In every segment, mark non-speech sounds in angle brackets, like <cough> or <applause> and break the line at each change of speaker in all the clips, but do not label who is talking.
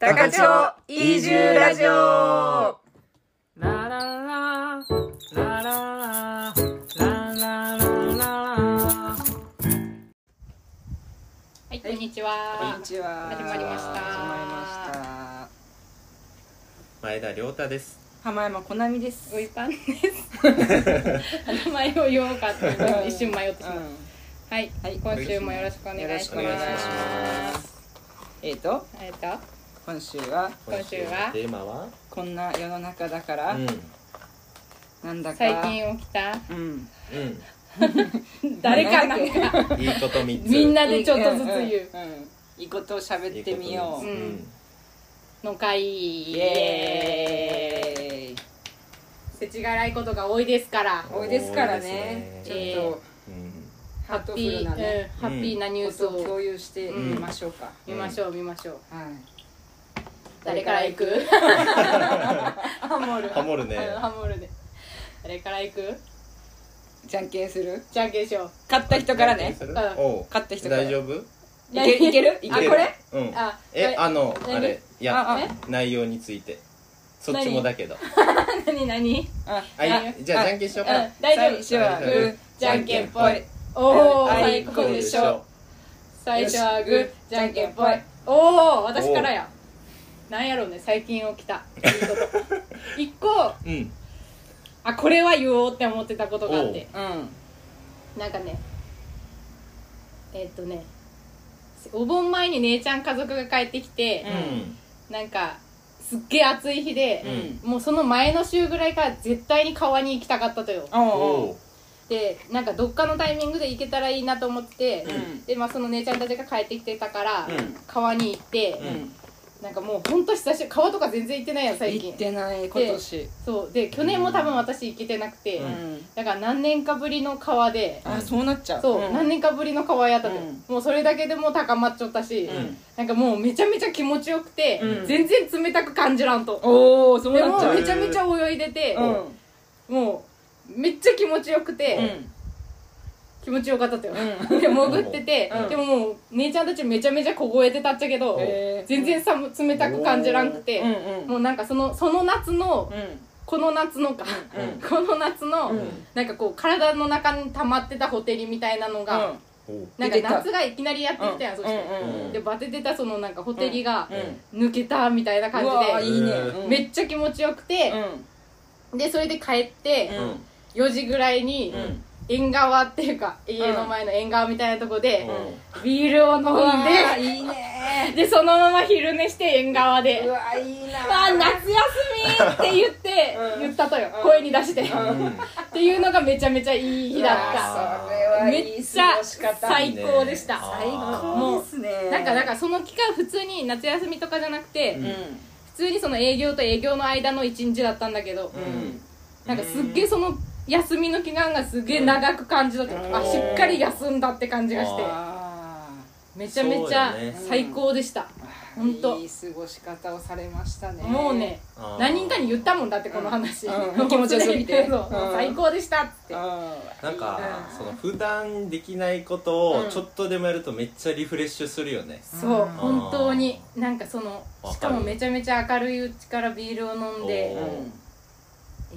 高千穂移住ラジオ
ララララララララララ
はい、こんにちは。
こんにちは
始ま
始ま
りました
りました
前田亮太です。
浜山こなみです
ウイパンです。 <laughs> 名前を言おうかって
うん
一瞬迷ってしまっ
うん
た。はい、
はい
今週もよろしくお願い
よろし
し
く
ま
お
す。
願いしますえっ、と
えっと、
今週は
今週
今週
は
のテーマは。
こんな世の中だから、
うん。
なんだか
最近起きた
うん
誰か
<laughs>
なんか
うん。いいこと三つ。
みんなでちょっとずつ言う
うんんんいいことを喋ってみよう
いいこと
う
三
んの回。
イ
イ
エーイ
ーイ。世知辛いことが多いですから。
つ
多いですからね
多い
え
ですね
ー
ちょっと
うん。
ハートフル
うん
なね
ハッピーなニュース
ことを
を
共有してみましょうか、
見ましょう見ましょう。
はい
誰から行く？ <laughs> ハモる。
ハモるね
ハモるで。誰から行く？
じゃんけんする
じゃんけんしよう。
勝った人からね
する
ん
おう
勝った人から
大丈夫。
いけいけるい
い
け
け
るあ
る
これ
うん。
あ
え、
これ
あの、
何
あれ、い
ああ
や
え、
内容について。そっちもだけど。
<laughs> 何何？
あ
あ、いい、じゃ
あ
あ、じゃんけんしよう
う
か
ん。大丈
最初
夫。
はグー
じゃんけんぽ
い
い。おお、
あ
最
こ
高
う
で
で
し
し
ょ。
ょ
最初はグ
よ
ー
し、
じゃんけんぽ
じゃ
い
んけん。
おお、私からや。なんやろうね、最近起
<laughs>
きた。いいこと一個、
うん。
あ、これは言おうって思ってたことがあって、
うん
なんかね。えっとね。お盆前に姉ちゃん家族が帰ってきて
う、ん。
なんか。すっげえ暑い日で
う、ん。
もうその前の週ぐらいから絶対に川に行きたかったとよ。
おうおう
でなんかどっかのタイミングで行けたらいいなと思って、
うん
でまあその姉ちゃんたちが帰ってきてたから、
うん
川に行って
う、ん
なんかもうほんと久しぶり川とか全然行ってないやん最近
行ってない今年
そうで去年も多分私行けてなくて、
う
うん
だから何年かぶりの川で、
あそうなっちゃう
そう、
ん
何年かぶりの川やったのよ、
うん
もうそれだけでもう高まっちゃったし、
ん
なんかもうめちゃめちゃ気持ちよくて、
うん
全然冷たく感じらんと、
おおそう
で
なっ
も
ちゃう
めちゃめちゃ泳いでて、
うん
もうめっちゃ気持ちよくて、
うん
気持ちよかったってよ、
うん
で潜ってて、
うん
でももう姉ちゃんたちめちゃめちゃ凍えてたっちゃけど、
へー
全然寒冷たく感じらんくて、
うん
もうなんかそのその夏の、
うん
この夏のか、
うん
この夏の、
うん
なんかこう体の中に溜まってたホテルみたいなのが、
うん
おう。
なん
出て
か
た
夏がいきなりやってきたやん、そして、
うんうん
でバテてたそのなんかホテルが
うんうん
抜けたみたいな感じ
うわー
で、
いいね
うん
うん
めっちゃ気持ちよく
う
て、
ん
でそれで帰って、
うん
4時ぐらいに、
うん
縁側っていうか家の前の縁側みたいなとこで、
おう
ビールを飲
うわ
ん
ー
で、
いいね
で、そのまま昼寝して縁側で、
うわーいいな
わあ、夏休みって言って、
うん
言ったとよ
う。ん
声に出して。っ
うん。
ていうのがめちゃめちゃいい日だっ
うわーそれは
た。
いい
めっちゃ最高でした。
いいねあー
高ですね
なんか、なんかその期間普通に夏休みとかじゃなくて、
う
普
ん
通にその営業と営業の間の一日だったんだけど、
うん
なんかすっげえその休みの期間がすげえ長く感じたとよ。
うん
あ、しっかり休んだって感じがして。
あー
めちゃめちゃ
そうよね
最高でした、ほんと
いい過ごし方をされましたね
もうね
あー
何人かに言ったもんだってこの話、
うんうん気持ちよすぎて
<laughs> そう
うん
最高でしたっつって、
う
なんかその普段できないこと
う
を
ん
ちょっとでもやるとめっちゃリフレッシュするよね
そう
うん
本当になんかその
わかる
しかもめちゃめちゃ明るいうちからビールを飲んで
おー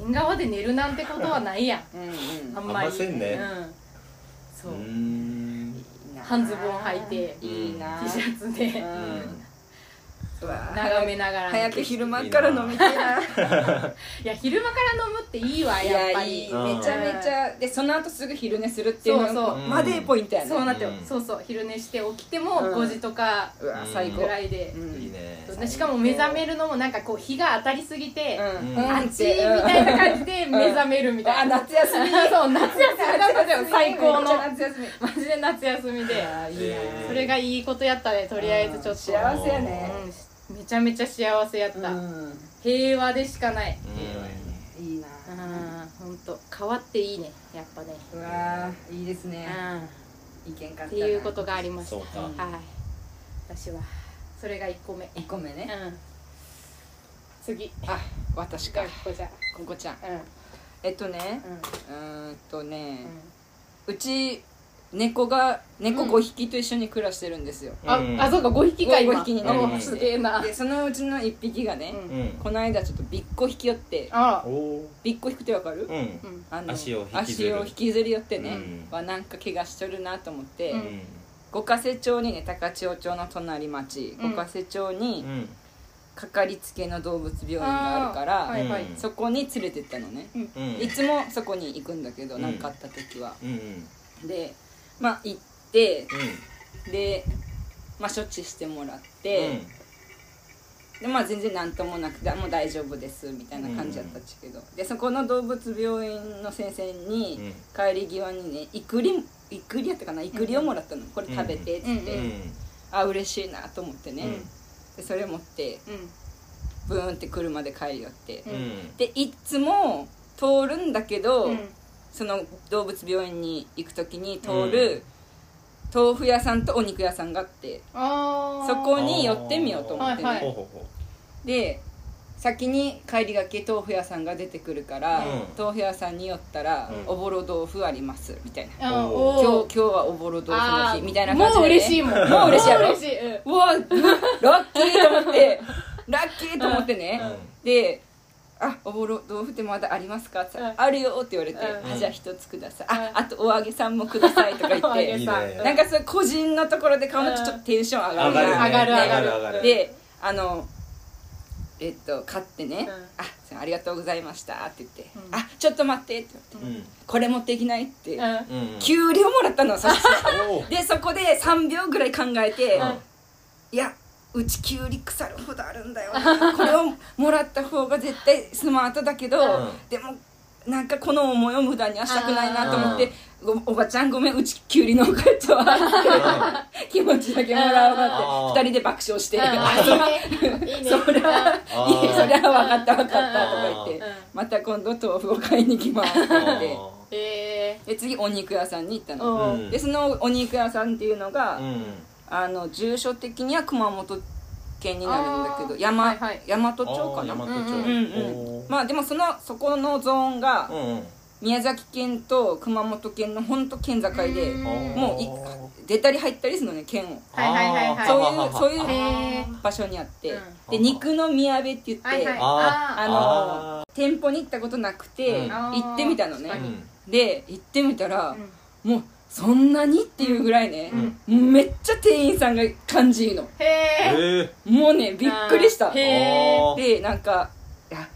縁側で寝るなんてことはないやん
んうん
あんまり
あんませんね
うん、そう、
うーん
半ズボン履いて
いいな
T シャツで、
う
うんん
眺めながら
早く昼間から飲みたいない
や昼間から飲むっていいわ
い
やっぱ
や
り
いいめちゃめちゃでその後すぐ昼寝するっていう
そう
の
そう
までポイントやね
そうなってよ、
うん
そうそう昼寝して起きても
うん
5時とか
うわ最
ぐ
高
らいで、
うん
いいね
そうねしかも目覚めるのもなんかこう日が当たりすぎて、
うん
うん
あっちみたいな感じで目覚めるみた
あ
いな、
夏休み
<laughs> そう夏休みだったじゃん最高
めっ
の
ちゃ夏休み
マジで夏休みで
あーいいな
それがいいことやったねとりあえずちょっと、
幸せやね
うんしめちゃめちゃ幸せやった、
うん
平和でしかない
いいな
うん本当変わっていいねやっぱね
うわーいいですね
う
意見か
んっていうことがありました
そうか
はい私はそれが1個目
1個目ね
うん次
あ私
が
か
ここじゃ
ここちゃん
うんうん
えっとね
うん
うーんとねうち猫が猫5匹と一緒に暮らしてるんですよ、
あ、
うん
あそうか5匹か今
ご五匹にな
り
お
ま
ー
した
すげえな
でそのうちの1匹がね、
うん
うん
この間ちょっとびっこ引き寄って
あ
おお
びっこ引くってわかる、
ーうん
らうん
あの
足を引きず
足
る
を引きずり寄ってね、
うん
はなんか怪我しとるなと思って、
うん
五ヶ瀬町にね高千穂町の隣町、
うん
五ヶ瀬町
う
に
ん
かかりつけの動物病院があるから、
あーはいはい
うん
そこに連れてったのね、
うんうん
いつもそこに行くんだけど
うん
何かあった時は、
うんうん
でまあ行って
うん
で、まあ、処置してもらって、でまあ全然何ともなくてあ「もう大丈夫です」みたいな感じだったっちゃけど、でそこの動物病院の先生に
うん
帰り際にね「いくり」いくりやったかないくりをもらったのこれ食べてっつって、
うん
あ嬉しいなと思ってね、
うん
でそれ持って
う
ブーンって車で帰り寄って、
うんうん
でいつも通るんだけど、
ん
その動物病院に行く時に通る、豆腐屋さんとお肉屋さんがあって
あー
そこに寄ってみようと思ってね、
はいはい
ほうほうほ
で先に帰りがけ豆腐屋さんが出てくるから、
うん
豆腐屋さんに寄ったら、
うん
おぼろ豆腐あります」みたいな「
あー
今日
お
今日はおぼろ豆腐の
あ
日」
ー
みたいな感じで、
もう嬉しいもんも
う嬉しいやろ
もう嬉しいうん
うわラッキーと思ってラッキーと思ってね、で「あおぼろ豆腐ってまだありますか?」って言ったら
うん
あるよ」って言われて「
うん
あじゃあ一つください」
う
あ
ん
あとお揚げさんもください」とか言っ
<laughs> お揚げ
て
さ
さ
いいね
なんかそういう個人のところで顔のちょっとテンション上が
上
る
が
な
るね
上がる上がる
上がる
であのえっと買ってね「あす
ん
いませんありがとうございました」って言って「
うん
あちょっと待って」って言われて
うん
「これ持っていきない」って、
うん
うんうん
給料もらったの
<laughs>
そして
おー
でそこで3秒ぐらい考えて「
うん
いやうちキュウリ腐るほどあるんだよなこれをもらった方が絶対スマートだけど、
うん
でもなんかこの思いを無駄にはしたくないなと思って「ごおばちゃんごめんうちキュウリのおかちは」って気持ちだけもらおうかっ
あ
て
ー
2人で爆笑して「
あ
あ
ーいいねいいね
<laughs> そりゃ
あ
い
ー
やそりゃ分かった分かった」とか言っ
う
て
ん
「また今度豆腐を買いに来ます」って
あ
言っ
ー
て
え
で次お肉屋さんに行った
ー
の。
お
う
ー
ん
でそのお肉屋さんっていうのが、
うん
あの住所的には熊本県になるんだけ
あ
ど
ー
山、
はいはい
大和町
あ
か
ー
な
大和
う
町
うん
うん
おー
まあでもそのそこのゾーンが
うんうん
宮崎県と熊本県のほんと県境で
うん
もうい出たり入ったりするのね県を
はいはいはいはい
そういうそういう
へー
場所にあって
うん
で肉の宮部って言って、
はいはい
あ
あ
あ
の店舗に行ったことなくて、
うん
行ってみたのね
あー確、
で行ってみたら、
うん
もうそんなにっていうぐらいね、めっちゃ店員さんが感じいいの
へえ
ええ
もうねびっくりした
あーへー
あー
でなんかいや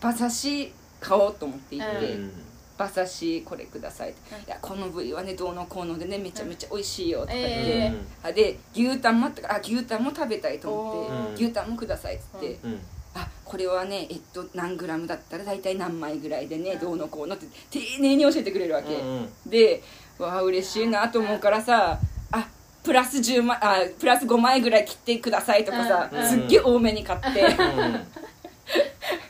馬刺し買おうと思って行っ
う
て、
ん
馬刺しこれくださいって、
うん
いやこの部位はねどうのこうのでねめちゃめちゃ美味しいよとか言って、
え
あで牛タンもあったからあ牛タンも食べたいと思
おー
って牛タンもくださいっつって、
うんうん
あこれはねえっと何グラムだったら大体何枚ぐらいでね、
うん
どうのこうのって丁寧に教えてくれるわけ、
うんうん
でわあ嬉しいなと思うからさあプラス10枚あプラス5枚ぐらい切ってくださいとかさ、
うん
すっげえ多めに買って、 <laughs>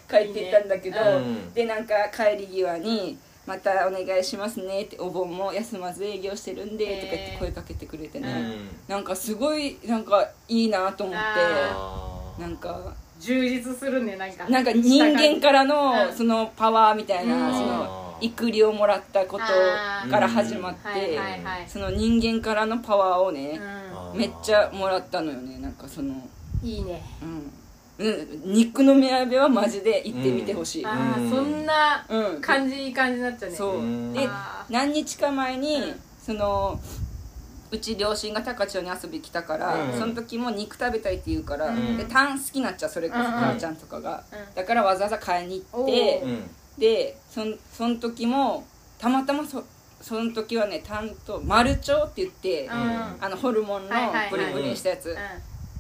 帰っていったんだけど、
うん
でなんか帰り際に「またお願いしますね」って「お盆も休まず営業してるんで」とか言って
へー
声かけてくれてね、
うん
なんかすごいなんかいいなと思っ
あ
て
あ
なんか
充実するねなんか
なんか人間からの
うん
そのパワーみたいな、
うん
そのいくりをもらったことから始まって、
あ
はいはいはい
その人間からのパワーをね、
ー
めっちゃもらったのよねなんかその
うんいいね
うん、うん、肉の目安はマジで行ってみてほしい、うん
あ
う
ー
ん
そんな
うん
感じいい感じになっちゃうね
そう
うん
で
あー
何日か前に、
うん
そのうち両親が高千穂に遊び来たから、
うん
その時も肉食べたいって言うから、
ん
でタン好きになっちゃうそれこそ
うんうん
母ちゃんとかが、
うん
だからわざわざ買いに行って
お
う
ー
ん
でそんその時もたまたまそその時はねタンとマルチョウって言って、
うん
あのホルモンの
はいはいはい
ブリブリしたやつ、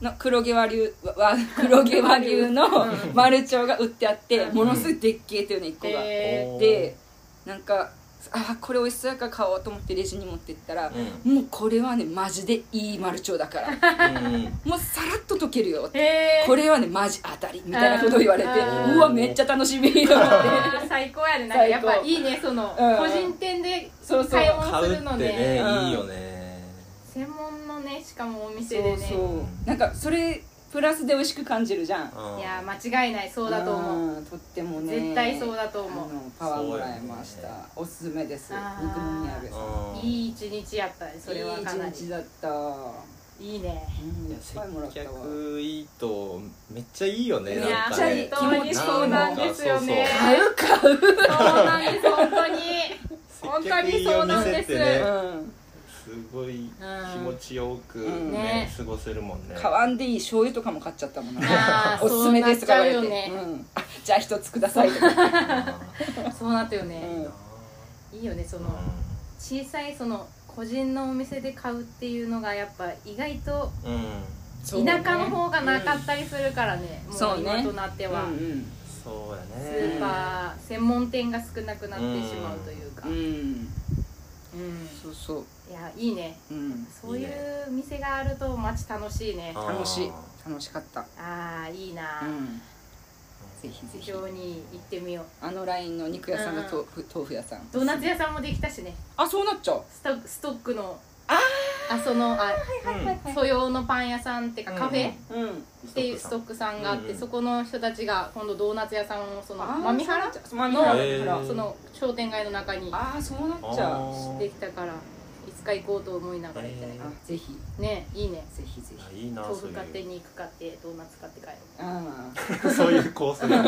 う
の黒毛和牛わわ黒毛和牛の
う
マルチョウが売ってあって、
うん
ものすごいでっけえっていうね1個
ん
が。
へ
おー
でなんかあこれ美味しそうやから買おうと思ってレジに持ってったら、
う
もうこれはねマジでいいマルチョウだから
うんうん
もうさらっと溶けるよっ
ー
て
へー
これはねマジ当たりみたいなことを言われて
あー
うわめっちゃ楽しみと思って
あー最高やねなんかやっぱいいねその
うん
個人店で
そうそう
買い物
買
す
う
る
っ
の
て
ね
ね
うん
いいよね
専門のねしかもお店
そ
で
う
ね
そうなんかそれププラスで美味しく感じるじゃん
うん
いやー間違いないそうだと思う
うんとってもね
絶対そうだと思う
あのパワーもらいまし
そう
た、
よね
おすすめです
あー
肉のみやべさん
うん
いい一日やったねそれはい
い
かなり
一日だった、う
いいね
ん、
い
いっ
や接
ぱいもらったわ
客いいとめっちゃいいよね
い
なん
や
かね
めっちゃいい
本当にそうなんですよね
なんか
買う買う、
そうなんです本当
そ
に
うそう
本当にそうなんです
接客いいお店ってね
うん、
すごい気持ちよく
うん
ね
ね
過ごせるもんね
買わんでいい醤油とかも買っちゃったもんね
あ
<laughs> <laughs>
ー
おすすめですとか言われ
そうなっち
て
ゃうよね
うんあじゃあ一つくださいと
<laughs>
か、
そうなったよ
う
ね
ん
いいよねその小さいその個人のお店で買うっていうのがやっぱ意外と
うんうん
そうね
田舎の方がなかったりするからねも
そう
う
ね
今となっては
うん
そうや
ス
ね
ーパー専門店が少なくなってしまうというか
うん、うん、
うん
そうそう、
いやいいね
うん、
そういう店があると街楽しいね
あー
楽しい楽しかった、
ああいいな
うん、ぜひぜ
非
ひ
常に行ってみよう
あのラインの肉屋さんが
うん
豆腐,、豆腐屋さん
ドーナツ屋さんもできたしね
あそうなっちゃう
ストックストックのあそのあ
う
素養のパン屋さんっていうかカフェ、
うん
っていうストックさんがあって、
うんうん
そこの人たちが今度ドーナツ屋さんをその
あー
マミハラ
そうなっちゃうマ
の
ミハラ
へー
その商店街の中に
ああそうなっちゃう
あー
できたからいつか行こうと思いながら行ってない
へ
あぜひ
ねいいね
ぜひぜ
いや
ひ
いいな
豆
そ
腐
う
買って
い
肉買ってドーナツ買って帰ろ
あ
うそういうコースが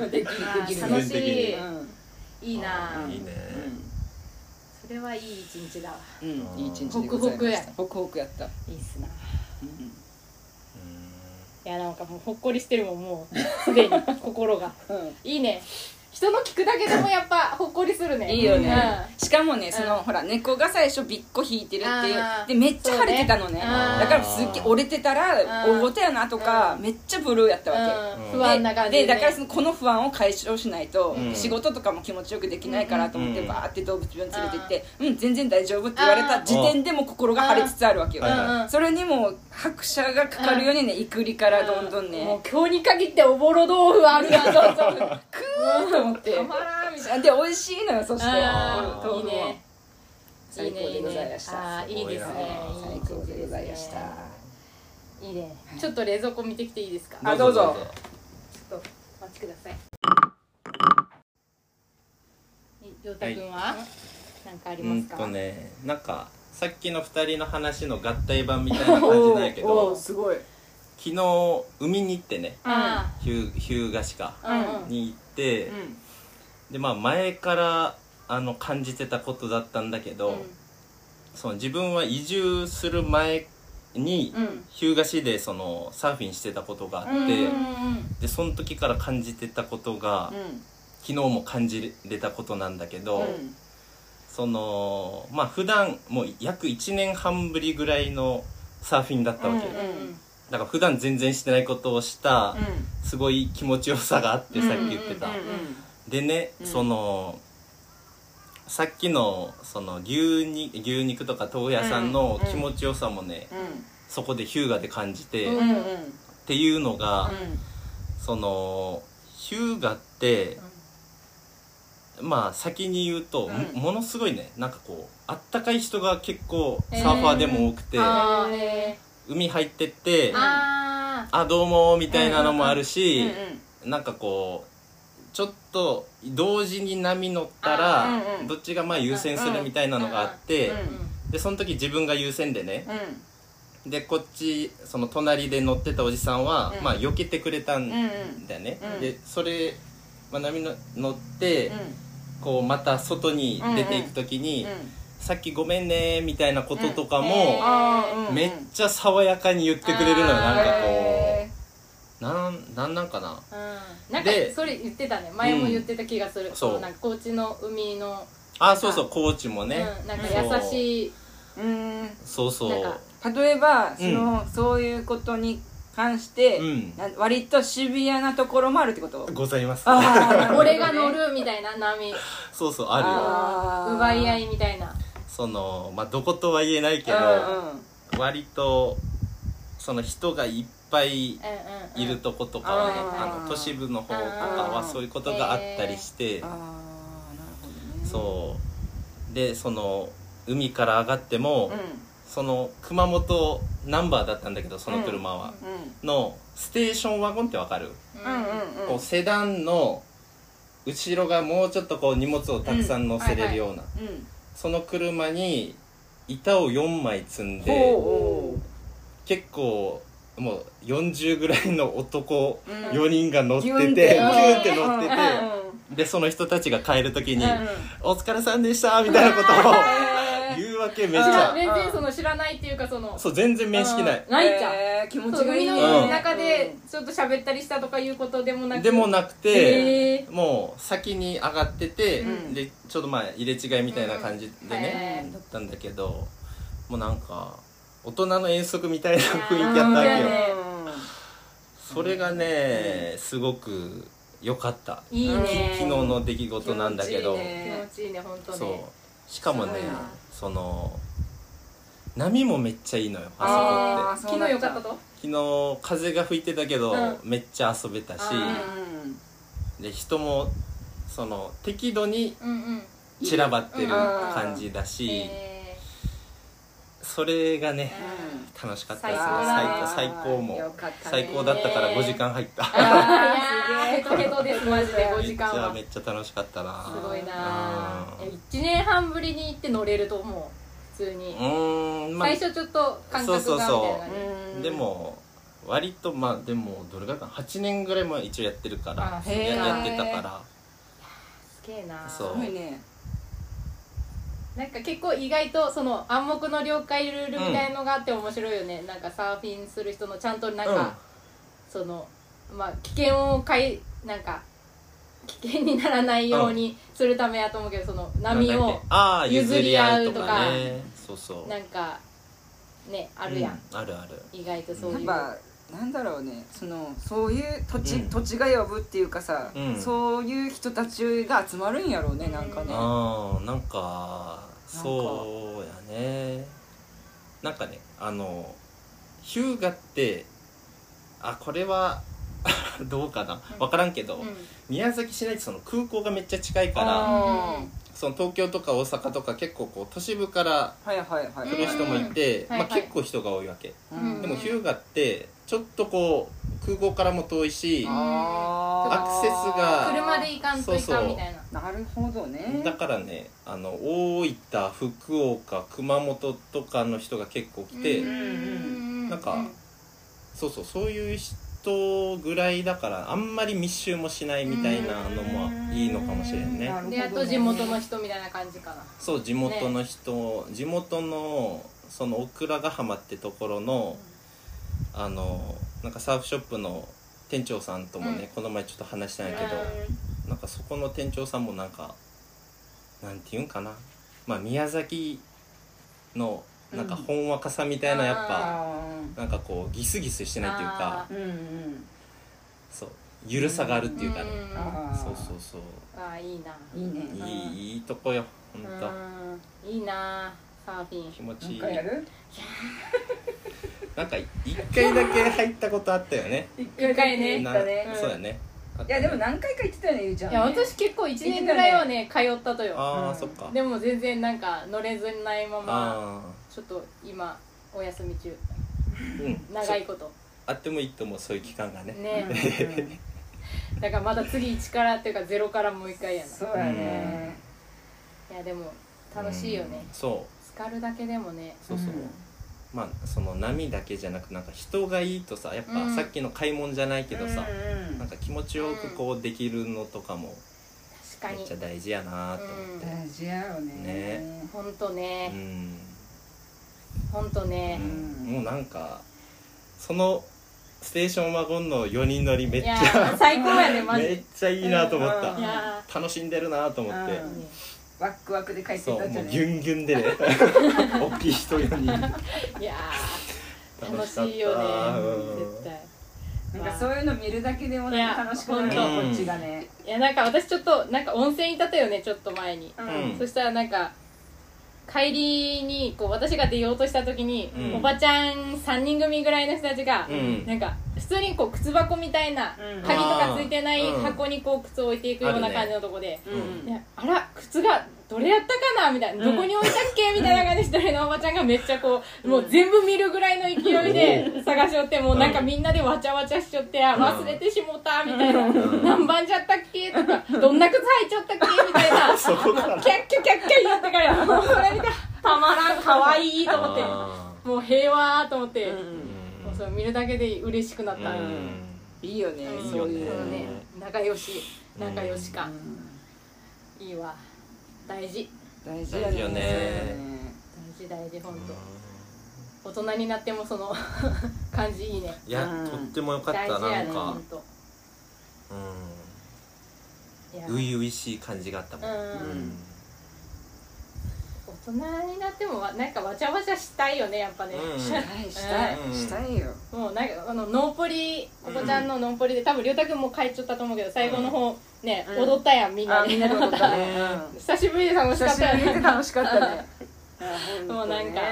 <laughs>
あ <laughs> できる
あ
でき
ー
る
楽
必然
し
的
い
に
うん
いいな
あ
あ
いいね
それはいい一日だわ
うん、うん
うん
いい一日でございましたホクホクやった、
いいっすな
う
いやなんかもうほっこりしてるもんもうすでに心が
んうん
いいね人の聞くだけでもやっぱほっこりするね
いいよ
ね
う
しかもねその、
うん
ほら猫が最初びっこ引いてるっていう
あー
でめっちゃ晴れてたのね
そうねうん
だからすっげえ折れてたら
うん
大ごとやなとか、
う
めっちゃブルーやったわけ、
んうん
うん
不安な感じ
で
ね
だからそのこの不安を解消しないと、
うん
仕事とかも気持ちよくできないからと思って、
うん
バーって動物病に連れて行って「うん、全然大丈夫」って言われた時点でもう心が晴れつつあるわけよ、
うん
うんうん
それにもう拍車がかかるようにねいくりからどんどん
もう
ね、
今日に限っておぼろ豆腐あるなと思って
クーッと思って
たまらんみたい
で美味しいのよそして
あ
ー
豆腐
いい
も
ね
最高でございまし
あ
た
ーいいですね
最高でございました
いいねちょっと冷蔵庫見てきていいですか
あどうぞ
ちょっとお待ちくださいりょうたくんは、なんかあり
う
ま
ん
すか、
とねなんかさっきの二人の話の合体版みたいな感じなんやけ
おーおー
ど
すごい
昨日海に行ってね
あ
日日向市か
あうんうん
に行って、
うん
でまあ前からあの感じてたことだったんだけど、その自分は移住する前に
うんうん
日向市でそのサーフィンしてたことがあって、
うん
でその時から感じてたことが、昨日も感じれたことなんだけど、
うん
そのまあ普段もう約1年半ぶりぐらいのサーフィンだったわけ、
うん
だ
うん
から普段全然してないことをした、
うん
すごい気持ちよさがあって
うん
さっき言ってた、
うん
でね、
うん
そのさっきのその牛に牛肉とか豆腐屋さんの
うん
気持ちよさもね、
う
そこで日向で感じて、
うん
っ
んうんうん
ていうのが、その日向って、まあ先に言うと、
うん
もものすごいねなんかこうあったかい人が結構サーファーでも多くて、
あーえ
海入ってって
ー
ん
あ
あどうもみたいなのもあるし、
うん
なんかこうちょっと同時に波乗ったら、
あーうんうん
どっちがまあ優先するみたいなのがあって、
うん
ーうん
でその時自分が優先でね
うん
でこっちその隣で乗ってたおじさんは、
うん
まあ避けてくれたん
うん
だよね、
うん
でそれ、まあ、波の乗って、
うん
こうまた外に出ていく時に、
うん
さっきごめんねみたいなこととか
うん
も、
あーうん
めっちゃ爽やかに言ってくれるのよ
あー
なんかこ
へ
うなんなんなんかな
うんなんか
で
それ言ってたね前も言ってた気がする、
ん
そ
そうう
なんか高知の海の、
あそうそうコーチもね、
うん、なんか優しい
ーうん
そうそう
なん
そ
か
例えばそのそういうことに関して
うん
な割とシビアなところもあるってこと
うございます
あー
俺が乗るみたいな波
そうそうあるよ
あー
奪い合いみたいな
そのまあどことは言えないけど、
うんうん
割とその人がいっぱいい
うんうんうん
るとことかはね、
うん
あの都市部の方とかはそういうことがあったりして、
ああなるほどね
そうでその海から上がっても、
う
その熊本ナンバーだったんだけどその車は、のステーションワゴンってわかる、
うんうんうん
こうセダンの後ろがもうちょっとこう荷物をたくさん乗せれるような、
うん
その車に板を4枚積んで
ほ
結構もう40ぐらいの男
ううん
4人が乗ってて、
ギュンっ
ギ
て
ュンって乗ってて、
うん
でその人たちが帰る時に
うん
「お疲れさんでした」みたいなことを言うわけめっち
じゃあ
ゃ
全然その知らないっていうかその
そう全然面識ない
ないじゃん、
えー気持
そう
ちがい
海
い
の
ね
家
う
の
ん
中でちょっと喋ったりしたとかいうことでもなく
でもなくて
へえ
もう先に上がってて、
うん
でちょっとまあ入れ違いみたいな感じでね、
うん
だったんだけどもうなんか大人の遠足みたいな雰囲気やったわけ
いや
よ
ー
それがね、すごく良かった
いいね
昨日の出来事なんだけど、
気持ちいいね
気持ちいいね本当ね
そうしかもね
そうだな
その波もめっちゃいいのよ
あ
あ
ー
そこって
昨日よかったと
昨日風が吹いてたけど、
う
めっちゃ遊べたし
あ
で人もその適度に
うんうん
散らばってる感じだし、
え
それがね、
う
楽しかったですね
最高だね
最高最高も
よかったね
最高だったから
ね
5時間入った
ー、
め
あーヘトヘトですマジで5
っ
時
ち
間
ゃ
は
め
す
っちゃ楽しかったな
ごいな
うん
1年半ぶりに行って乗れると思う普通に
う、ーんまあ
最初ちょっと感覚がみた
そう
いな
そうそう
うん
でも割とまあでもどれぐらいかな8年ぐらいも一応やってるから
あ
や
へ
え
やってたから
すげえな
そう
すごいね
なんか結構意外とその暗黙の了解ルールみたいのがあって面白いよね、なんかサーフィンする人のちゃんとなんか、そのまあ危険をかいなんか危険にならないようにするためやと思うけどその波
なんだっ
を
けああ譲り合うとか
譲
ねそうそう
なんかねあるやん、
うあるある
意外とそう
やっ
いう
ぱなんだろうねそのそういう土地、
うん
土地が呼ぶっていうかさ、
うん
そういう人たちが集まるんやろうねなんかね、
ああなんかそうやねなんかねあの日向ってあこれは <laughs> どうかな分からんけど、
うん
宮崎市内ってその空港がめっちゃ近いか
あ
ら
ー
その東京とか大阪とか結構こう都市部から
はいはいはい、
来る人もいて、
うんはいはい
まあ、結構人が多いわけ、
うん
でも日向ってちょっとこう空港からも遠いし、
あー
アクセスが
車で行かんといかんみたいな
なるほどね
だからねあの大分福岡熊本とかの人が結構来て、
ん
なんかそうそうそういう人ぐらいだからあんまり密集もしないみたいなのもいいのかもしれんね、
なるほどね
であと地元の人みたいな感じかな
そう地元の人、地元のその奥良ヶ浜ってところの、あのなんかサーフショップの店長さんともね、
うん
この前ちょっと話したんやけど、なんかそこの店長さんもなんかなんていうんかなまあ宮崎のなんか
うん
ほんわかさみたいなやっぱ、
あ
なんかこうギスギスしてないっていう
あ
か
ーうんうん
そうゆるさがあるっていうかね、
ん
あー
そうそうそう
ああいいない
いね
いいいいとこよほんと
うんいいなサーフィン
気持
な
ちい
ん
い
かやる
なんか一回だけ入ったことあったよね
一
回ね
行
な
ったね
そうだねあっ
い
た
や
ね
でも何回か行ってたよねゆうちゃん
い
ね
や私結構1年ぐらいはね通ったとよ
ああ、
うん
そっか
でも全然なんか乗れずにないまま
あ
ちょっと今お休み中
ーうん
長いこと
あってもいいと思うそういう期間がね
ね
うん
だからまだ次1からっていうか0からもう1回や
<laughs>
そ
な
うやね
いやでも楽しいよね
うんそう
浸かるだけでもね
そうそう、
うん
まあその波だけじゃなくなんか人がいいとさやっぱ
うん
さっきの買い物じゃないけどさ、
うん
なんか気持ちよくこうできるのとかも
確か
め
に
っちゃ大事やなと思って
大事やよね
ね
ほんと
う
ね
ん、
ほんと
うん
ね
もうなんかそのステーションワゴンの4人乗りめっ
い
ち
や
ゃ
最高やねマジ
め
で
っちゃいいなと思った、
うん
いや
楽しんでるなと思って、
う
ー
んワックワクで帰って
そう
たんじ
も
ゃ
う
な
ギ
い
ュンギュンで
<laughs>
ね大きい人4人
いやー楽しい
楽しか
よ
った
ね
うん
絶対
なんかそういうの見るだけでも
いや
楽しくなるね
ほんと
こっちがね
いやなんか私ちょっとなんか温泉行ったとよねちょっと前に
う
うん
そしたらなんか帰りにこう私が出ようとした時に、
うん
おばちゃん3人組ぐらいの人たちが、
うん
なんか普通にこう靴箱みたいな
うん
鍵とかついてない
うん
箱にこう靴を置いていくよう
あ
な
るね
感じのとこで、
うん
いやあら靴がどれやったかなみたいな、
うん
どこに置いたっけみたいな感じで一人のおばちゃんがめっちゃこうもう全部見るぐらいの勢いで探しよってもうなんかみんなでわちゃわちゃしちょって、あ忘れてしもたみたいな、
ん
何番じゃったっけとかどんな靴履いちゃったっけみたいなキャ
そこから
ッキャッキャッキャ言ってからもうそれ見たたまらんかわいいと <laughs> 思って
あ
もう平和と思って、
うんう
ー
ん
もうそれ見るだけで嬉しくなった、
うん
いいよね
うん
そうい
いい
う
よ
そう
の
ね
ね
仲良し仲良し
う
感、
ん
いいわ大事
大事だ
大事よね
大事大事本当、大人になってもその <laughs> 感じいいね
いや
うん
とっても良かった
大
なん
事やね
か
本当いや
うん初々しい感じがあったもん
うん
うん
大人になってもわなんかわちゃわちゃしたいよねやっぱね、
うん
したいしたい
うん
したいよ
もうなんかあのノーポリお子ちゃんのノーポリで、多分りょうたくんも帰っちゃったと思うけど最後の方ね、
うん
踊ったやんみんな
あ
で
みんなで踊ったねうん
<laughs> 久しぶりで楽しか
久
っ
しぶ
たよ
りに
ね
見て楽しかったねいや
もうなんか
本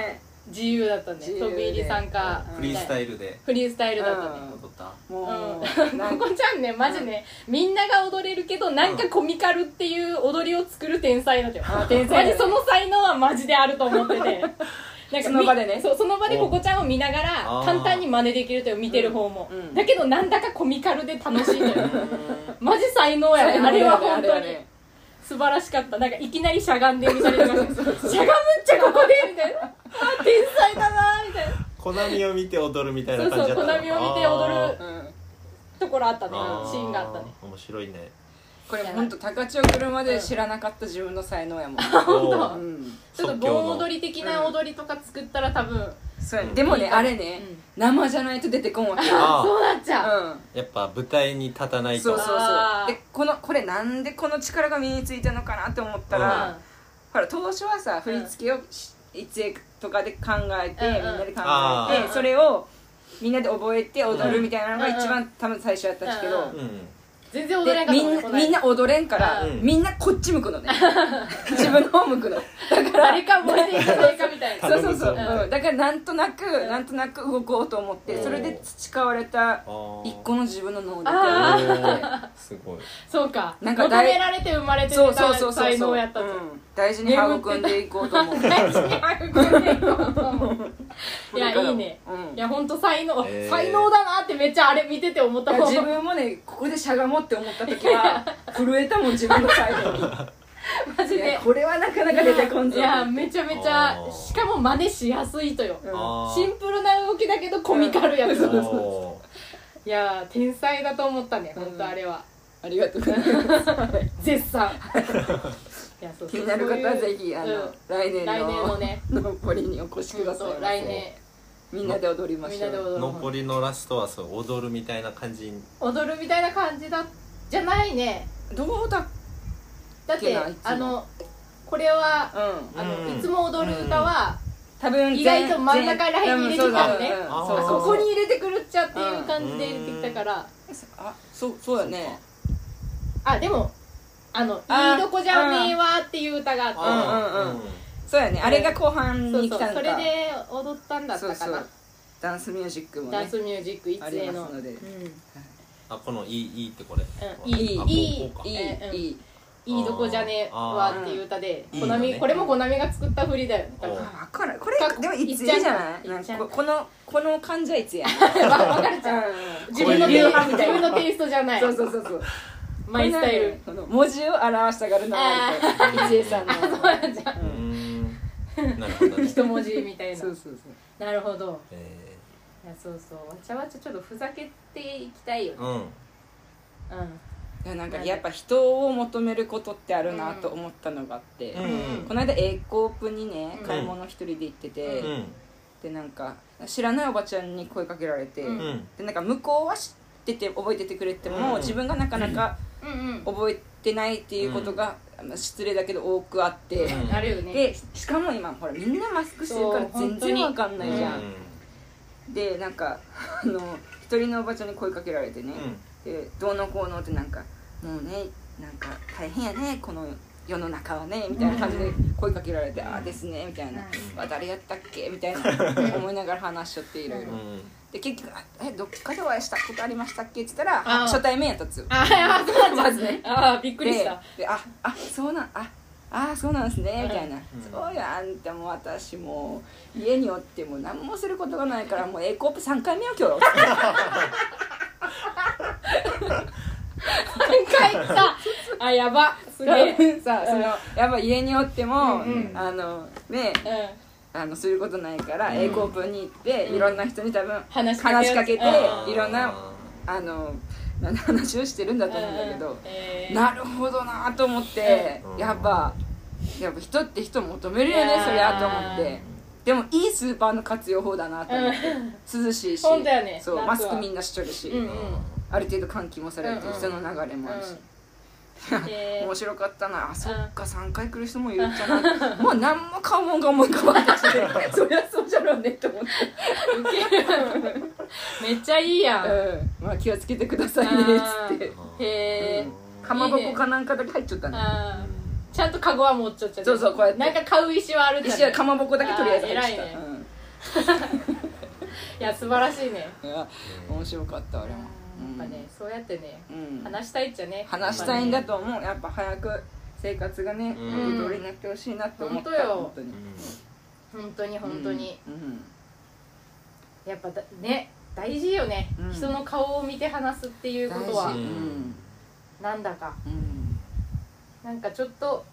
自由だったね
自由で
飛び入り参加
うん
フリースタ
イル
イルで
フリースタイルだったね、
うん
踊った
当ねもうなん <laughs>
こ
か
こちゃんねマジね、みんなが踊れるけどなんかコミカルっていう踊りを作る天才なんだよ、
あ天才
マジその才能はマジであると思っててなんか
その場でね
みそうその場でここちゃんを見ながら
あー
簡単に真似できるという見てる方も、
うんうん
だけどなんだかコミカルで楽しいのよ
うん
マジ才能やねあれは本
あれ
当
は
に
ね
素晴らしかったなんかいきなりしゃがんでみたりとかしてしゃがむっちゃここでみたいなあ天才だなみたいな
コナミを見て踊るみたい
そ
な
う
感
そ
じ
う
だっ
コ
た
ナミを見て踊る
うん
ところあったね
あー
シーンがあったね
面白いね
これ本当高千穂車で知らなかった自分の才能やもん、
本
うん
ちょっと盆踊り的な踊りとか作ったら多分、
そうや
うん
でもねあれね、生じゃないと出てこんわけよ
あ
そう <laughs> なっちゃう、
う
やっぱ舞台に立たない
ん、
と
そうそうそう
あー
でこのこれなんでこの力が身についたのかなって思った
うん
ら、
あ
ほら当初はさ振り付けをし一英とかで考えて、
うんうん
みんなで考
あ
えて
ー
それをみんなで覚えて踊るみたいなのが一番多分最初やったんですけど、
うんうん
うん
全然踊れな
で
かっ
み
た
ん
も
な
んこの間
みんな踊れんから、
うん
みんなこっち向くの
<laughs>
ね自分の方向くのだから
誰か覚えていかないかみ <laughs> たいな
そうそうそう、
頼むぞ
うん、だからなんとなく、なんとなく動こうと思って
うん
それで培われた
あー
一個の自分の能
あ
力
おーすごい
そうか
なんか
求
誰
められて生まれて
そう
る
そうそうそう
才
そ
能
う、う
やったと、
ん、大事に育んでいこうと思う
大事に育んでいこうと思う <laughs> い
これから
や
も
いいね、
うん
いや本当才能、
えー
才能だなってめっちゃあれ見てて思った
いや
もん
自分もねここでしゃがもうって思った時
<laughs>
は震えたもん自分の最後に
マジ
いや
で
これはなかなか出てこんぞ
<laughs> いやめちゃめちゃ
あー
しかも真似しやすいとよ
うん
あー
シンプルな動きだけどコミカルやつ、い
おー
やー天才だと思ったね本当あれは、
ありがとうございます
絶賛いやそう
気になる方はぜひあの、
うん
来年の
来年のね
ノーポリにお越しください
そう来年
みんなで踊りま
みん
しょ
なで
う
踊ろ
残
う
りのラストはそう踊るみたいな感じに
踊るみたいな感じだじゃないね
どうだっ
だっ
い
て
けないいつも
あのこれは
う、ん
あ
う
の
ん
いつも踊る歌は、
多分
意外と真ん中らへんに入れてきたのね
全
あ
そう
ー
そう
ここに入れてくるっちゃっていう感じで入れてきたから、
あそうそうだね
あでもあの「
あー
いいどこじゃおめえは」っていう歌があっ
うんうん
うん
そうやねあれが後半
て、そう
に来
そう
たん
そ
か
れで踊ったんだったかな
そうそうダンスミュージックも
ダン
ね
スミュージック一
あ
へ
り
の
ますので
うん
あこのいいいいってこれ、
うん
いい
あ
いい
こうこうか
いい
えうん
いい
いいどこじゃねえわっていう歌で、
あー
コナ
いい
ミ
のね
これもコナミが作った振りだよ多分
おう
あ分からんこれ
か
でもいつい
い
い
っち
じ
ゃん
ゃない
い
な
っ
ん
ちゃ
か
ん
ここのこの感じはい <laughs> つや
わかるじゃん自分のテイ
こういう
自分のテイストじゃない
そうそうそうそう
マイスタイル
この文字を表したがるなみたいな一恵さ <laughs> んの
うーんなるほどね、
一文字みたいな
そうそうそう
なるほど
え
いやそうそうわちゃわちゃちょっとふざけていきたいよね
ー、うん
う
いやなんかやっぱ人を求めることってあるなと思ったのがあって、
うん
この間エコープにね、
うん
買い物一人で行ってて、
うん
でなんか知らないおばちゃんに声かけられて、
うん
うん
でなんか向こうは知ってて覚えててくれても、
うん
自分がなかなか
んうんう
覚えてないっていうことが、まあ失礼だけど多くあって、
うん
んあるよね
でしかも今ほらみんなマスクしてるから
そう
全然わかんな
う
いじゃ
うん
ん、でなんかあの一人のおばちゃんに声かけられてね、でどうのこうのってなんかもうねなんか大変やねこの世の中はねみたいな感じで声かけられて「ああですね」みたいな
う
「
ん
わ誰やったっけ?」みたいな思いながら話しちゃっていろいろ
うんうん
で結局あ「えどっかでお会いしたことありましたっけ?」って言ったら
あ
初対面やったっつよ
ああそうなんだ
まずね
ああびっくりした
ででああそうなんああそうなんですねみたいな、
うん
そうやあんたもう私もう家におっても何もすることがないからもう A コープ3回目よ
<laughs>
今日
何回行ったあやばすげえ
多分さそれをやっぱ家におっても、
うんうん
あのね
うん
あのすることないから、
ん
A コープに行って、いろんな人に多分
話しかけ
話しかけて
あ
いろんなあのなん話をしてるんだと思うんだけど、なるほどなと思って、
うん
やっぱやっぱ人って人求めるよね
いやー
そりゃと思ってでもいいスーパーの活用法だなと思って、涼しいし
ほんとやね
そう
夏は
マスクみんなしとるし、
うんうん
ある程度換気もされて、
うんうん
人の流れもあるし、
え
面白かったなあそっか3回来る人もいる <laughs> んじゃなもう何も買うもんが思い浮かばんとして
<laughs>
そりゃそうじゃろうねと思って、
めっちゃいいやんへ
うんまあ、気をつけてくださいねっつって
え
かまぼこかなんかだけ入っちゃったね
あーちゃんとカゴは持っちゃっちゃ
そうそうこうやって
なんか買う意思はあるんだね
石はかまぼこだけとりあえず入って
あー偉い
た、
ね
うん
いや素晴らしいね
いや面白かったあれも、
やっぱねそうやってね
うん、
話したいっちゃね
話したいんだと思うやっぱ早く生活がね
うん
元通りになってほしいなって思った、
本当よ
本当に
本当に本当に
うん、
やっぱだね大事よね
うん
人の顔を見て話すっていうこと
う
は
ん
なんだか
うん
なんかちょっと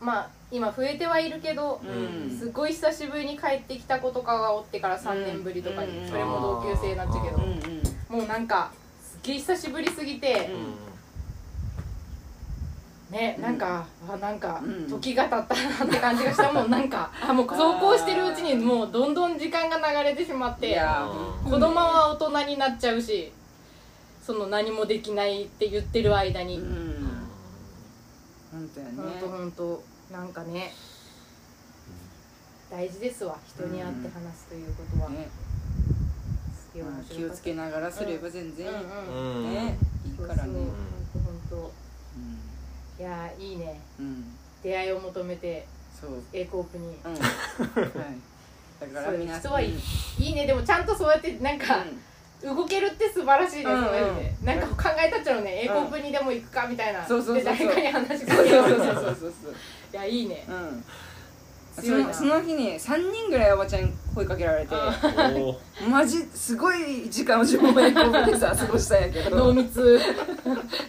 まあ今増えてはいるけど
うんうん
すごい久しぶりに帰ってきた子とかがおってから3年ぶりとか
うん
にそれも同級生になっちゃうけど
うん
うん
もうなんかすっげえ久しぶりすぎてねなんかあなんか
うん
時が経ったなって感じがした
<laughs>
もんなんかあもうそうこうしてるうちにもうどんどん時間が流れてしまっ
い
て
や
子供は大人になっちゃうしその何もできないって言ってる間
う
に
ん本当やね
ほんとほんとなんかね大事ですわ人に会って話すということは
ね
すげえ
ま
面
あ気
白
を
かっ
つけながらすれば全然
たうんうん
ねいい
そう
か
そう
ら
ほ
ね
んとほんと
うん
いやーいいね
うん
出会いを求めて
そう
A コープに
うんはいだから
そう
皆さん
人はいいいいねでもちゃんとそうやってなんか
うん
動けるって素晴らしいですね
うんうん
なんか考えたっちゃうね A コープにでも行くかみたいな
そうそうそうそう
で誰かに話しか
そう
けよ
そう
う
そうそうそうそう
いやいいね
うんそ
強いな
のその日に3人ぐらいおばちゃんに声かけられてマジすごい時間を自分でこうでさ過ごしたんやけ
濃
ど
密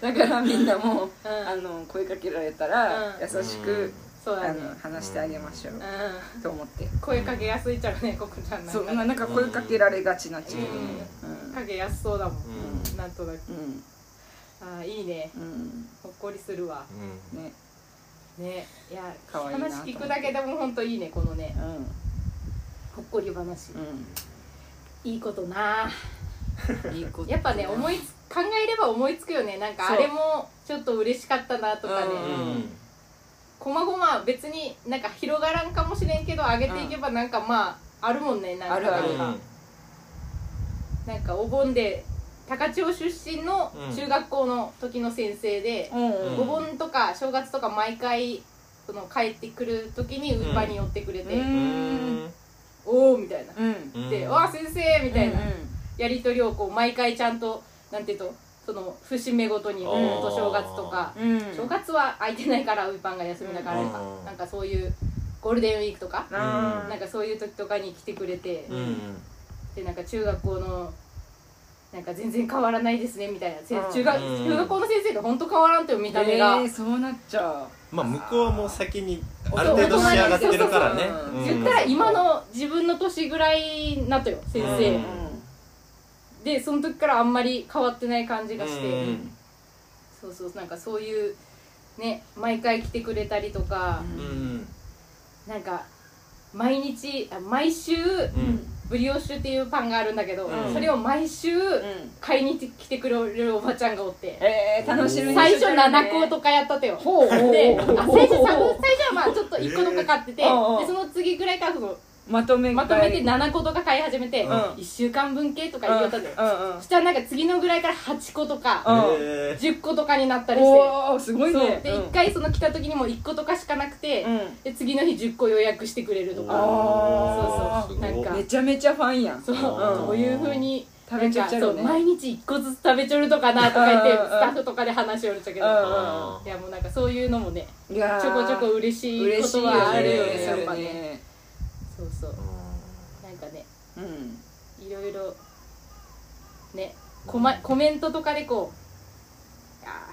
だからみんなも
うん
あの声かけられたら
うん
優しく
そう
あ
だね
の話してあげましょう
う
と思って
ん声かけやすいっちゃうねここちゃんなんか
そうまあなんか声かけられがちな自分うん
かけやすそうだもん、
うん
なんとなく
うん
あーいいね
うん
ほっこりするわ
ね
ねいや
可愛いなと
話聞くだけでも本当いいねこのね
うん
ほっこり話、
う
いいことなん
いいこと
やっぱね思いつ考えれば思いつくよねなんか
そう
あれもちょっと嬉しかったなとかね
うん
こまごま別になんか広がらんかもしれんけど上げていけばなんかまああるもんねなんか
あるある
なんかお盆で高千穂出身の中学校の時の先生で、
うんうん
お盆とか正月とか毎回その帰ってくる時にウーパーに寄ってくれて「
うん
おお」みたいな
うん
「でわあ先生」みたいな
うん
やり取りをこう毎回ちゃんとなんていうとその節目ごとに
あ
うん
ー
と正月とか
うん
正月は空いてないからウーパンが休みだからとか
うん
なんかそういうゴールデンウィークとか
あー
なんかそういう時とかに来てくれてでなんか中学校のなんか全然変わらないですねみたいなせ
うん
中学
うん
中学校の先生って本当変わらんという見た目が
えーそうなっちゃう
まあ向こうはもう先にある程度仕上がってるからね
言ったら今の自分の年ぐらいなとよ先
う
生
ん
でその時からあんまり変わってない感じがしてそうそうなんかそういうね毎回来てくれたりとかなんか毎日あ毎週ブリオッシュっていうパンがあるんだけど
うん
それを毎週
うん
買いに来てくれるおばちゃんがおって
えー、楽しみに
最
し
初
てたらね
7個とかやったとよ
ほうほうほう
であ最
ほう
初さ最初はまあちょっと1個とか買ってて、
えーああ
でその次ぐらいからその
まとめ買い
まとめて7個とか買い始めて、
うん
1週間分系とか言いよったで、
うんうん
そしたらなんか次のぐらいから8個とか、10個とかになったりして、
おおすごい
そう
ね
で
うん
1回その来た時にも1個とかしかなくて、
うん
で次の日10個予約してくれるとか
あ
そうそうなんか
めちゃめちゃファンやん
そう
あー
どういうふうに
食べちゃっちゃ
なん
うね
かそう毎日一個ずつ食べちょるとかなとか言って
うん
ス
うんうん
タッフとかで話しおるっちゃけど
うん
あ
いやもうなんかそういうのもね
いやー
ちょこちょこ嬉しいこ
嬉しい
と
よね
はあるよ
嬉しい
ねや
よ
っ
ね
ぱねそうそう
ー
なんかね
それねうん
いろいろねコマコメントとかでこうあ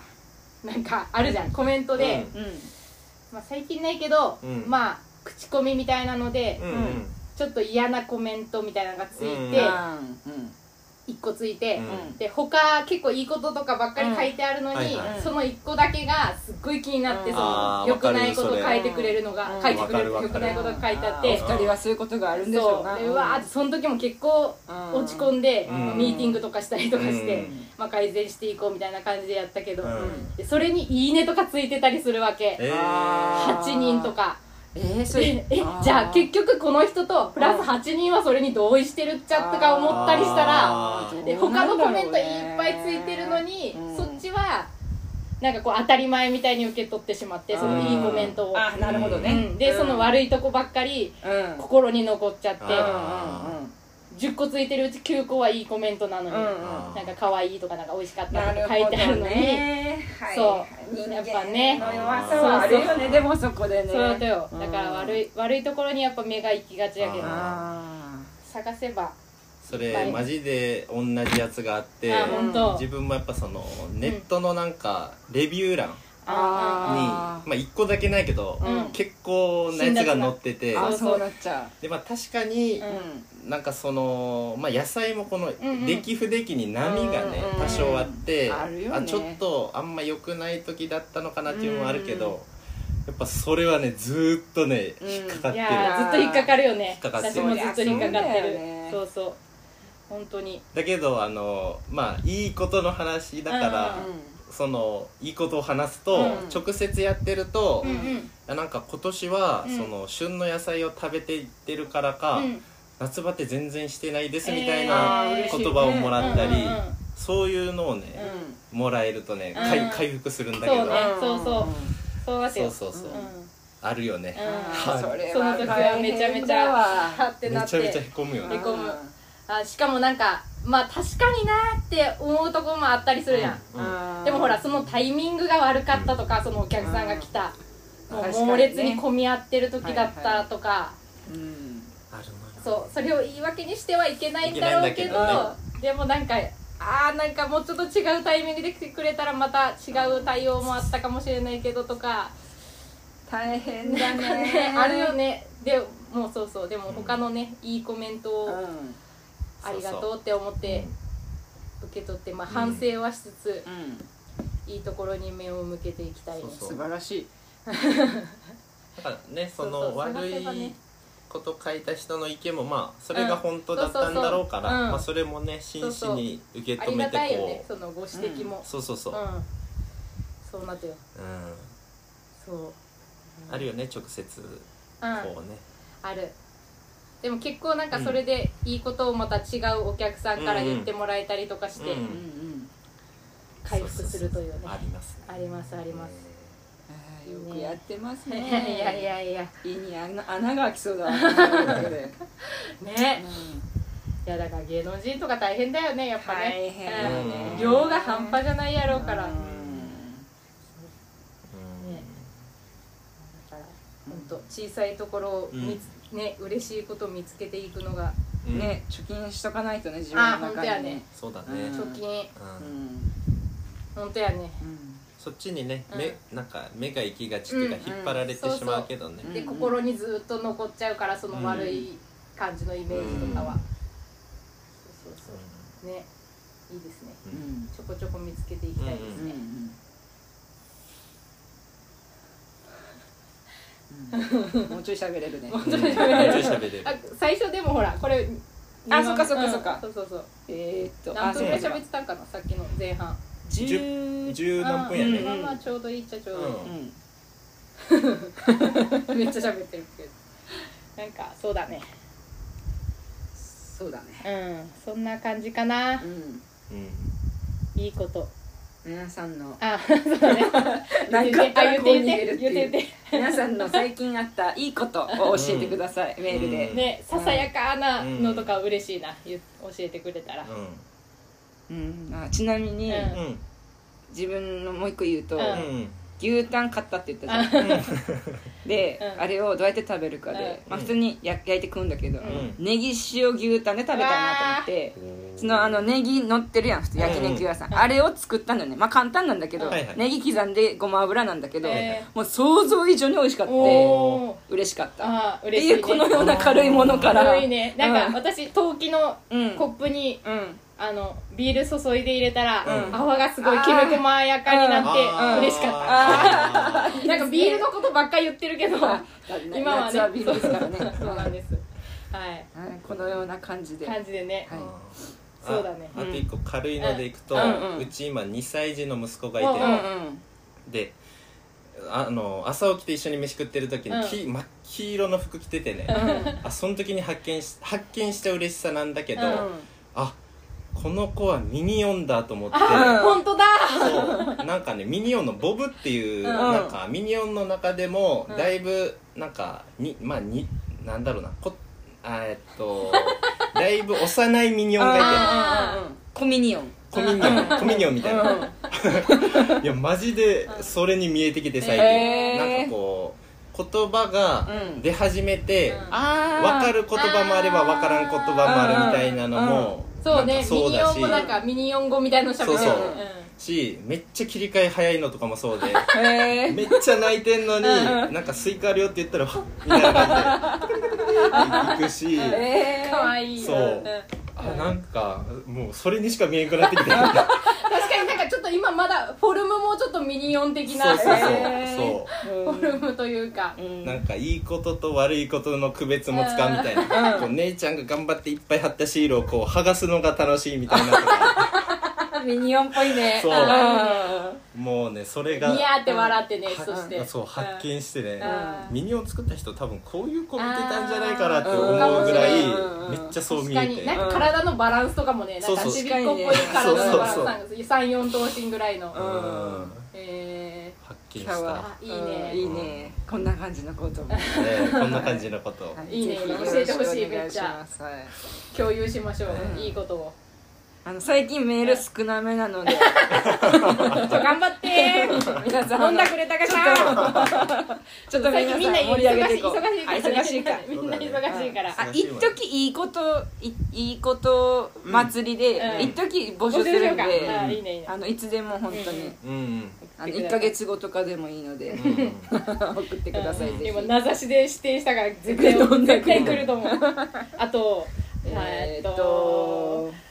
ーなんかあるじゃんコメントで、まあ、最近ないけど、
うん
まあ口コミみたいなので、
うんうんうん
ちょっと嫌なコメントみたいなのがつい
で
て、一個ついて、
うん
で他結構いいこととかばっかり書いてあるのに、
うんはいはい
その一個だけがすっごい気になって、
うん
そ
あ
の
ー
良くないこと
わか
書
る
いてくれるのが、
うん
書いてくれる
わかるわ
良
か
く
る
ないことが書いてあっ
お
て。
二人はそういうことがあるんでしょう
そ
な
うでうわーってその時も結構落ち込んで、
うん
ミーティングとかしたりとかし
う
て、
ん
まあ、改善していこうみたいな感じでやったけど、
うん
でそれに「いいね」とかついてたりするわけ
え
あ
ー
8人とか
えー、そ
で
れ
えじゃあ結局この人とプラス8人はそれに同意してるっちゃとか思ったりしたら
あー
で他のコメントいっぱいついてるのに、そっちはなんかこう当たり前みたいに受け取ってしまってそのいいコメントを、
あなるほど
う
ね、
ん、でその悪いとこばっかり
うんうんうん
心に残っちゃって
あ
10個ついてるうち9個はいいコメントなのに、
うんうん
あー
なんか可愛いとかなんか美味しかっ
な
た
る
と
ほ
か
ど
書いてあるのに、
ねはい
そう
人間
やっぱね
の弱さはあるよ
そうそ
ね
う
でもそこでね
そうだよだから悪
い
い悪いところにやっぱ目が行きがちやけど
あー
あ
探せば
そ
は
れ
い
マジで同じやつがあって
あ本当
自分もやっぱそのネットのなんかレビュー欄に
ーあ
まあ1個だけないけど
ーうん
結構なやつが載ってて
あ
そうそう
そうなっちゃ
でまあ確かに
う、うん
なんかその、まあ、野菜もこの
んうん
出来不出来に波がね
うんうん
多少あって
あるよね
あちょっとあんま良くない時だったのかなっていうのもあるけどやっぱそれはねずーっとね
うん
引っかかっ
い
てる
やーずっと引っかかるよね
引っかかって
私
る
もずっと引っかかってる
そりゃそうだよね
そうそう本当に
だけどあのまあいいことの話だから
うん
そのいいことを話すと
うん
直接やってると
うんうん
あなんか今年は
うん
その旬の野菜を食べていってるからか
うん
夏バテ全然してないですみたい
え
な
ー
言葉をもらったり
うんうんうん
そういうのをね
うんうん
もらえるとね、
うん
回回復するんだけ
そう
ど
ねそうそうそうだって
そ
よ
うそうそう、
うん
あるよね、
あーそれ
その
は
時はめちゃ
大
めち
変だわ
ゃはってな
め
っ
ちゃめちゃへ
て
こむよ
へ
ね
こむあしかもなんかまあ確かになーって思うところもあったりするじゃん
うん
うん
でもほらそのタイミングが悪かったとかそのお客さんが来た
うん
も
確かにね
う猛烈に混み合ってる時だったとか
うん
ある
そうそれを言い訳にしてはいけないんだろうけ
い
ど
けないんだ
でもなんかあーなんかもうちょっと違うタイミングで来てくれたらまた違う対応もあったかもしれないけどとか
大変
な
だ
んかね
ね
あるよねでもうそうそうでも他のねいいコメント
う
を
ん
ありがとうって思って受け取ってまあ反省はしつつ
うん
いいところに目を向けていきたいね
そうそう
素晴らしい
だからねそ
そうそ
の
う探
悪
せばね
いこと書いた人の意見もまあそれが本当だったんだろうから、
うん
まあ、それもね真摯に受け
あ
止
り
め
が
て
たいよね
こう
そのご指摘も
そうそうそう、
うんそうなってよ
うん
そううん
あるよね直接こうね、
あるでも結構なんかそれでいいことをまた違うお客さんから言ってもらえたりとかして
うん
うんうん
回復するというね
ありますね
ありますあります
あーよくやってます
<laughs> い
ね
やいやいやいや
胃に穴穴が開きそうだわ
<laughs>
うん
ねいやだから芸能人とか大変だよねやっぱ
大
ね
変だね
うん量が半端じゃないやろうから
う
だ
ん
うん
ねから本当小さいところを見つね嬉しいことを見つけていくのが
うん
ね貯金しとかないとね自分
あ
の
本当
中
や
に
ね
ね
そうだね、
うん
貯金
う
う
ん
ん
本当やね
うん
そっちにね、
うん
目なんか目が行きがちっていうか
うん
引っ張られてしまうけどね、
そう
で
ん
心にずっと残っちゃうからその悪い感じのイメージとかは、
うん
そうそうそうねいいですね
う
うん
ん
ちょこちょこ見つけていきたいです
う
ね、
んうん <laughs> うんもうちょい喋れるね
うんめっちゃ喋れる
あ最初でもほらこれ
あそっかそっかそっか
うんそうそうそう
えーっと
何分くらい
そう
喋ってたんかなさっきの前半
10
10何分や
うん
ね
まあまあちょうどいいっちゃちょう
う
う
ど
ん
いい、 <laughs> めっちゃ喋ってるけどなんかそうだね
そうだね
うんそんな感じかな
うん
うん
いいこと
皆さんの
<laughs> あそうだね
なんか
あ言って言
言って
っ
て
言って言って
皆さんの最近あったいいことを教えてください、メールで、
うん
ねささやかなのとか嬉しいな、ゆ教えてくれたら、
うん
うん、あちなみに、
うん
うんうん
自分のもう一個言うと、
うん
牛タン買ったって言ったじゃん、で、
うん
あれをどうやって食べるかで、
うん
まあ、普通にや焼いて食うんだけど、
ん
ネギ塩牛タンで食べたいなと思ってそのあのネギ乗ってるやん普通焼肉屋さん、あれを作ったのねまあ簡単なんだけど、
はいはい
ネギ刻んでごま油なんだけど、
え
もう想像以上に美味しかっ
ー、
た
おー
嬉しかったっ
あー
て
嬉し
い
い、
う
ね、
このような軽いものから
軽いねなんか、
うん
私陶器の
うん
コップに、
うん
あのビール注いで入れたら、
うん
泡がすごいきめ細やかにな
あ
っ
ー
て嬉しかった
あー
なんかビールのことばっかり言って
<laughs>
るけど
<laughs> あ
今は
夏
ね
はビールですからね <laughs>
そうなんですはい
はいこのような感じで
感じでね、
はい
あ
そうだね
あと一個軽いのでいくと、
う
うん
うんうん
ち今2歳児の息子がいて、
うん
うん
であの朝起きて一緒に飯食ってる時に、き真っ黄色の服着ててね、あその時に発見し発見した嬉しさなんだけど、
うん
あこの子はミニオンだと思って、
あ、
うん
本当だ
そうなんかねミニオンのボブっていう、
うん
なんかミニオンの中でも
うん
だいぶなんかにまあになんだろうなこあえっ
<laughs>
とだいぶ幼いミニオンがいて
うんうんうんコミニオン
コミニョンコミニョンみたいな、
うん
いやマジでそれに見えてきて最
へ
近、
ー
なんかこう言葉が
うん
出始めて、
うん
あ
分かる言葉もあれば分からん言葉もあるみたいなのも、
そうね
なんかそ
ミ
う
ニ
だ
オ
し
ンもなんかミニオン語みたいなのしゃべってる
そう
よ
そう
ね
しめっちゃ切り替え早いのとかもそうで
あへえ
めっちゃ泣いてんのになんかスイカあるよって言ったら「はっみたいな感じで行くし。
うんかわいい
そうんあなんかもうそれにしか見えんくなってきて
確かになんかちょっと今まだフォルムもちょっとミニオン的
そ
な
うそうそう、
へー
そう
フォルムというか、
なんかいいことと悪いことの区別もつかんみたいな、こう姉ちゃんが頑張っていっぱい貼ったシールをこう剥がすのが楽しいみたいなとか
ミニオンっぽいね
そう
うん
もうねそれが
ニヤーって笑ってね、
は
そして
そう発見してね
うん
ミニオン作った人多分こういう子見てたんじゃないかなって思うぐらい
うん
めっちゃそう
確
見
か
え
に
て
なんか体のバランスとかもねなん
そ
か
うそう
ちびっこっぽい体のバランスなんです34頭身ぐらいの、
うん
うん
え
発見し
今日
た
は
あいいね
うんいいねこんな感じのことも
ねこんな感じのことを
<laughs> はい
<laughs> いね
ぜひよろ
教えてほしい
くお願
めっちゃ
ますはい
ー共有しましょう、
うん
いいことを
あの最近メール少なめな
<laughs>
ので
ちょっと頑張ってー
皆さん
飲んだくれたかさ
ちょっと皆さ
最近
ん
みんな
盛り上げていこう
忙しい忙しいから
あ
ねみんな忙しいから
あ一時いいこといいいこと祭りで、
うん
一時募集するんで、
募集しようかあいいねいいね
あのいつでも本当に、
う
う
ん
ん
あの1か月後とかでもいいので、
うん
<laughs> 送ってください、
うん
ぜ
今
ひ
名指しで指定したから絶対
飲んだ
絶
くれ
対来ると思う
<laughs>
あとえ
え
ー
ー
っ
っ
と
と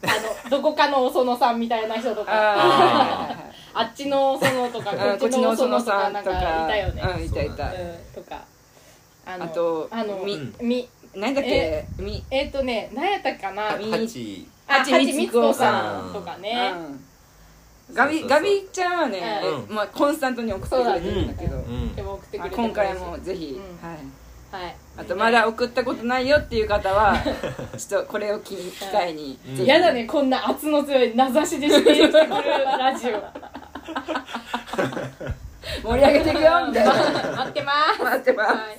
あのどこかのお園さんみたいな人とか
あ
あっちのお園とか
ーあー
こ
こ
っ
っ
ち
ち
の
の
お
お
園
園
とか
さん
なん
と
か
か
いたよね
うん、いたいた、
うんとかあ
あと
あの
み
み
何だっけみ
えっ、とね何やったっかな
み
ハチ
あ
はちみつこ
さ
はちみつこ
ん
さんとか
う
ね、
んガビ
そうそうそう
ガビちゃんはね、
うん
まあ、コンスタントに送ってくれてるんだけど
そうだ
う
ね
ん
でも送ってく
あ
れて
今回もぜひ、
うん
はい
はい
あとまだ送ったことないよっていう方
<laughs>
はちょっとこれを機機会に
うん
ぜひ
やだねこんな圧の強い名指しで指定してくるラジオ
盛り上げていくよみ
<laughs>
たいな
待ってます
待ってます、
はい、あ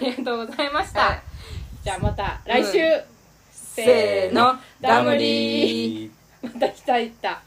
りがとうございました、
はい
じゃあまた来週、
うせーのダムリー
また来た行った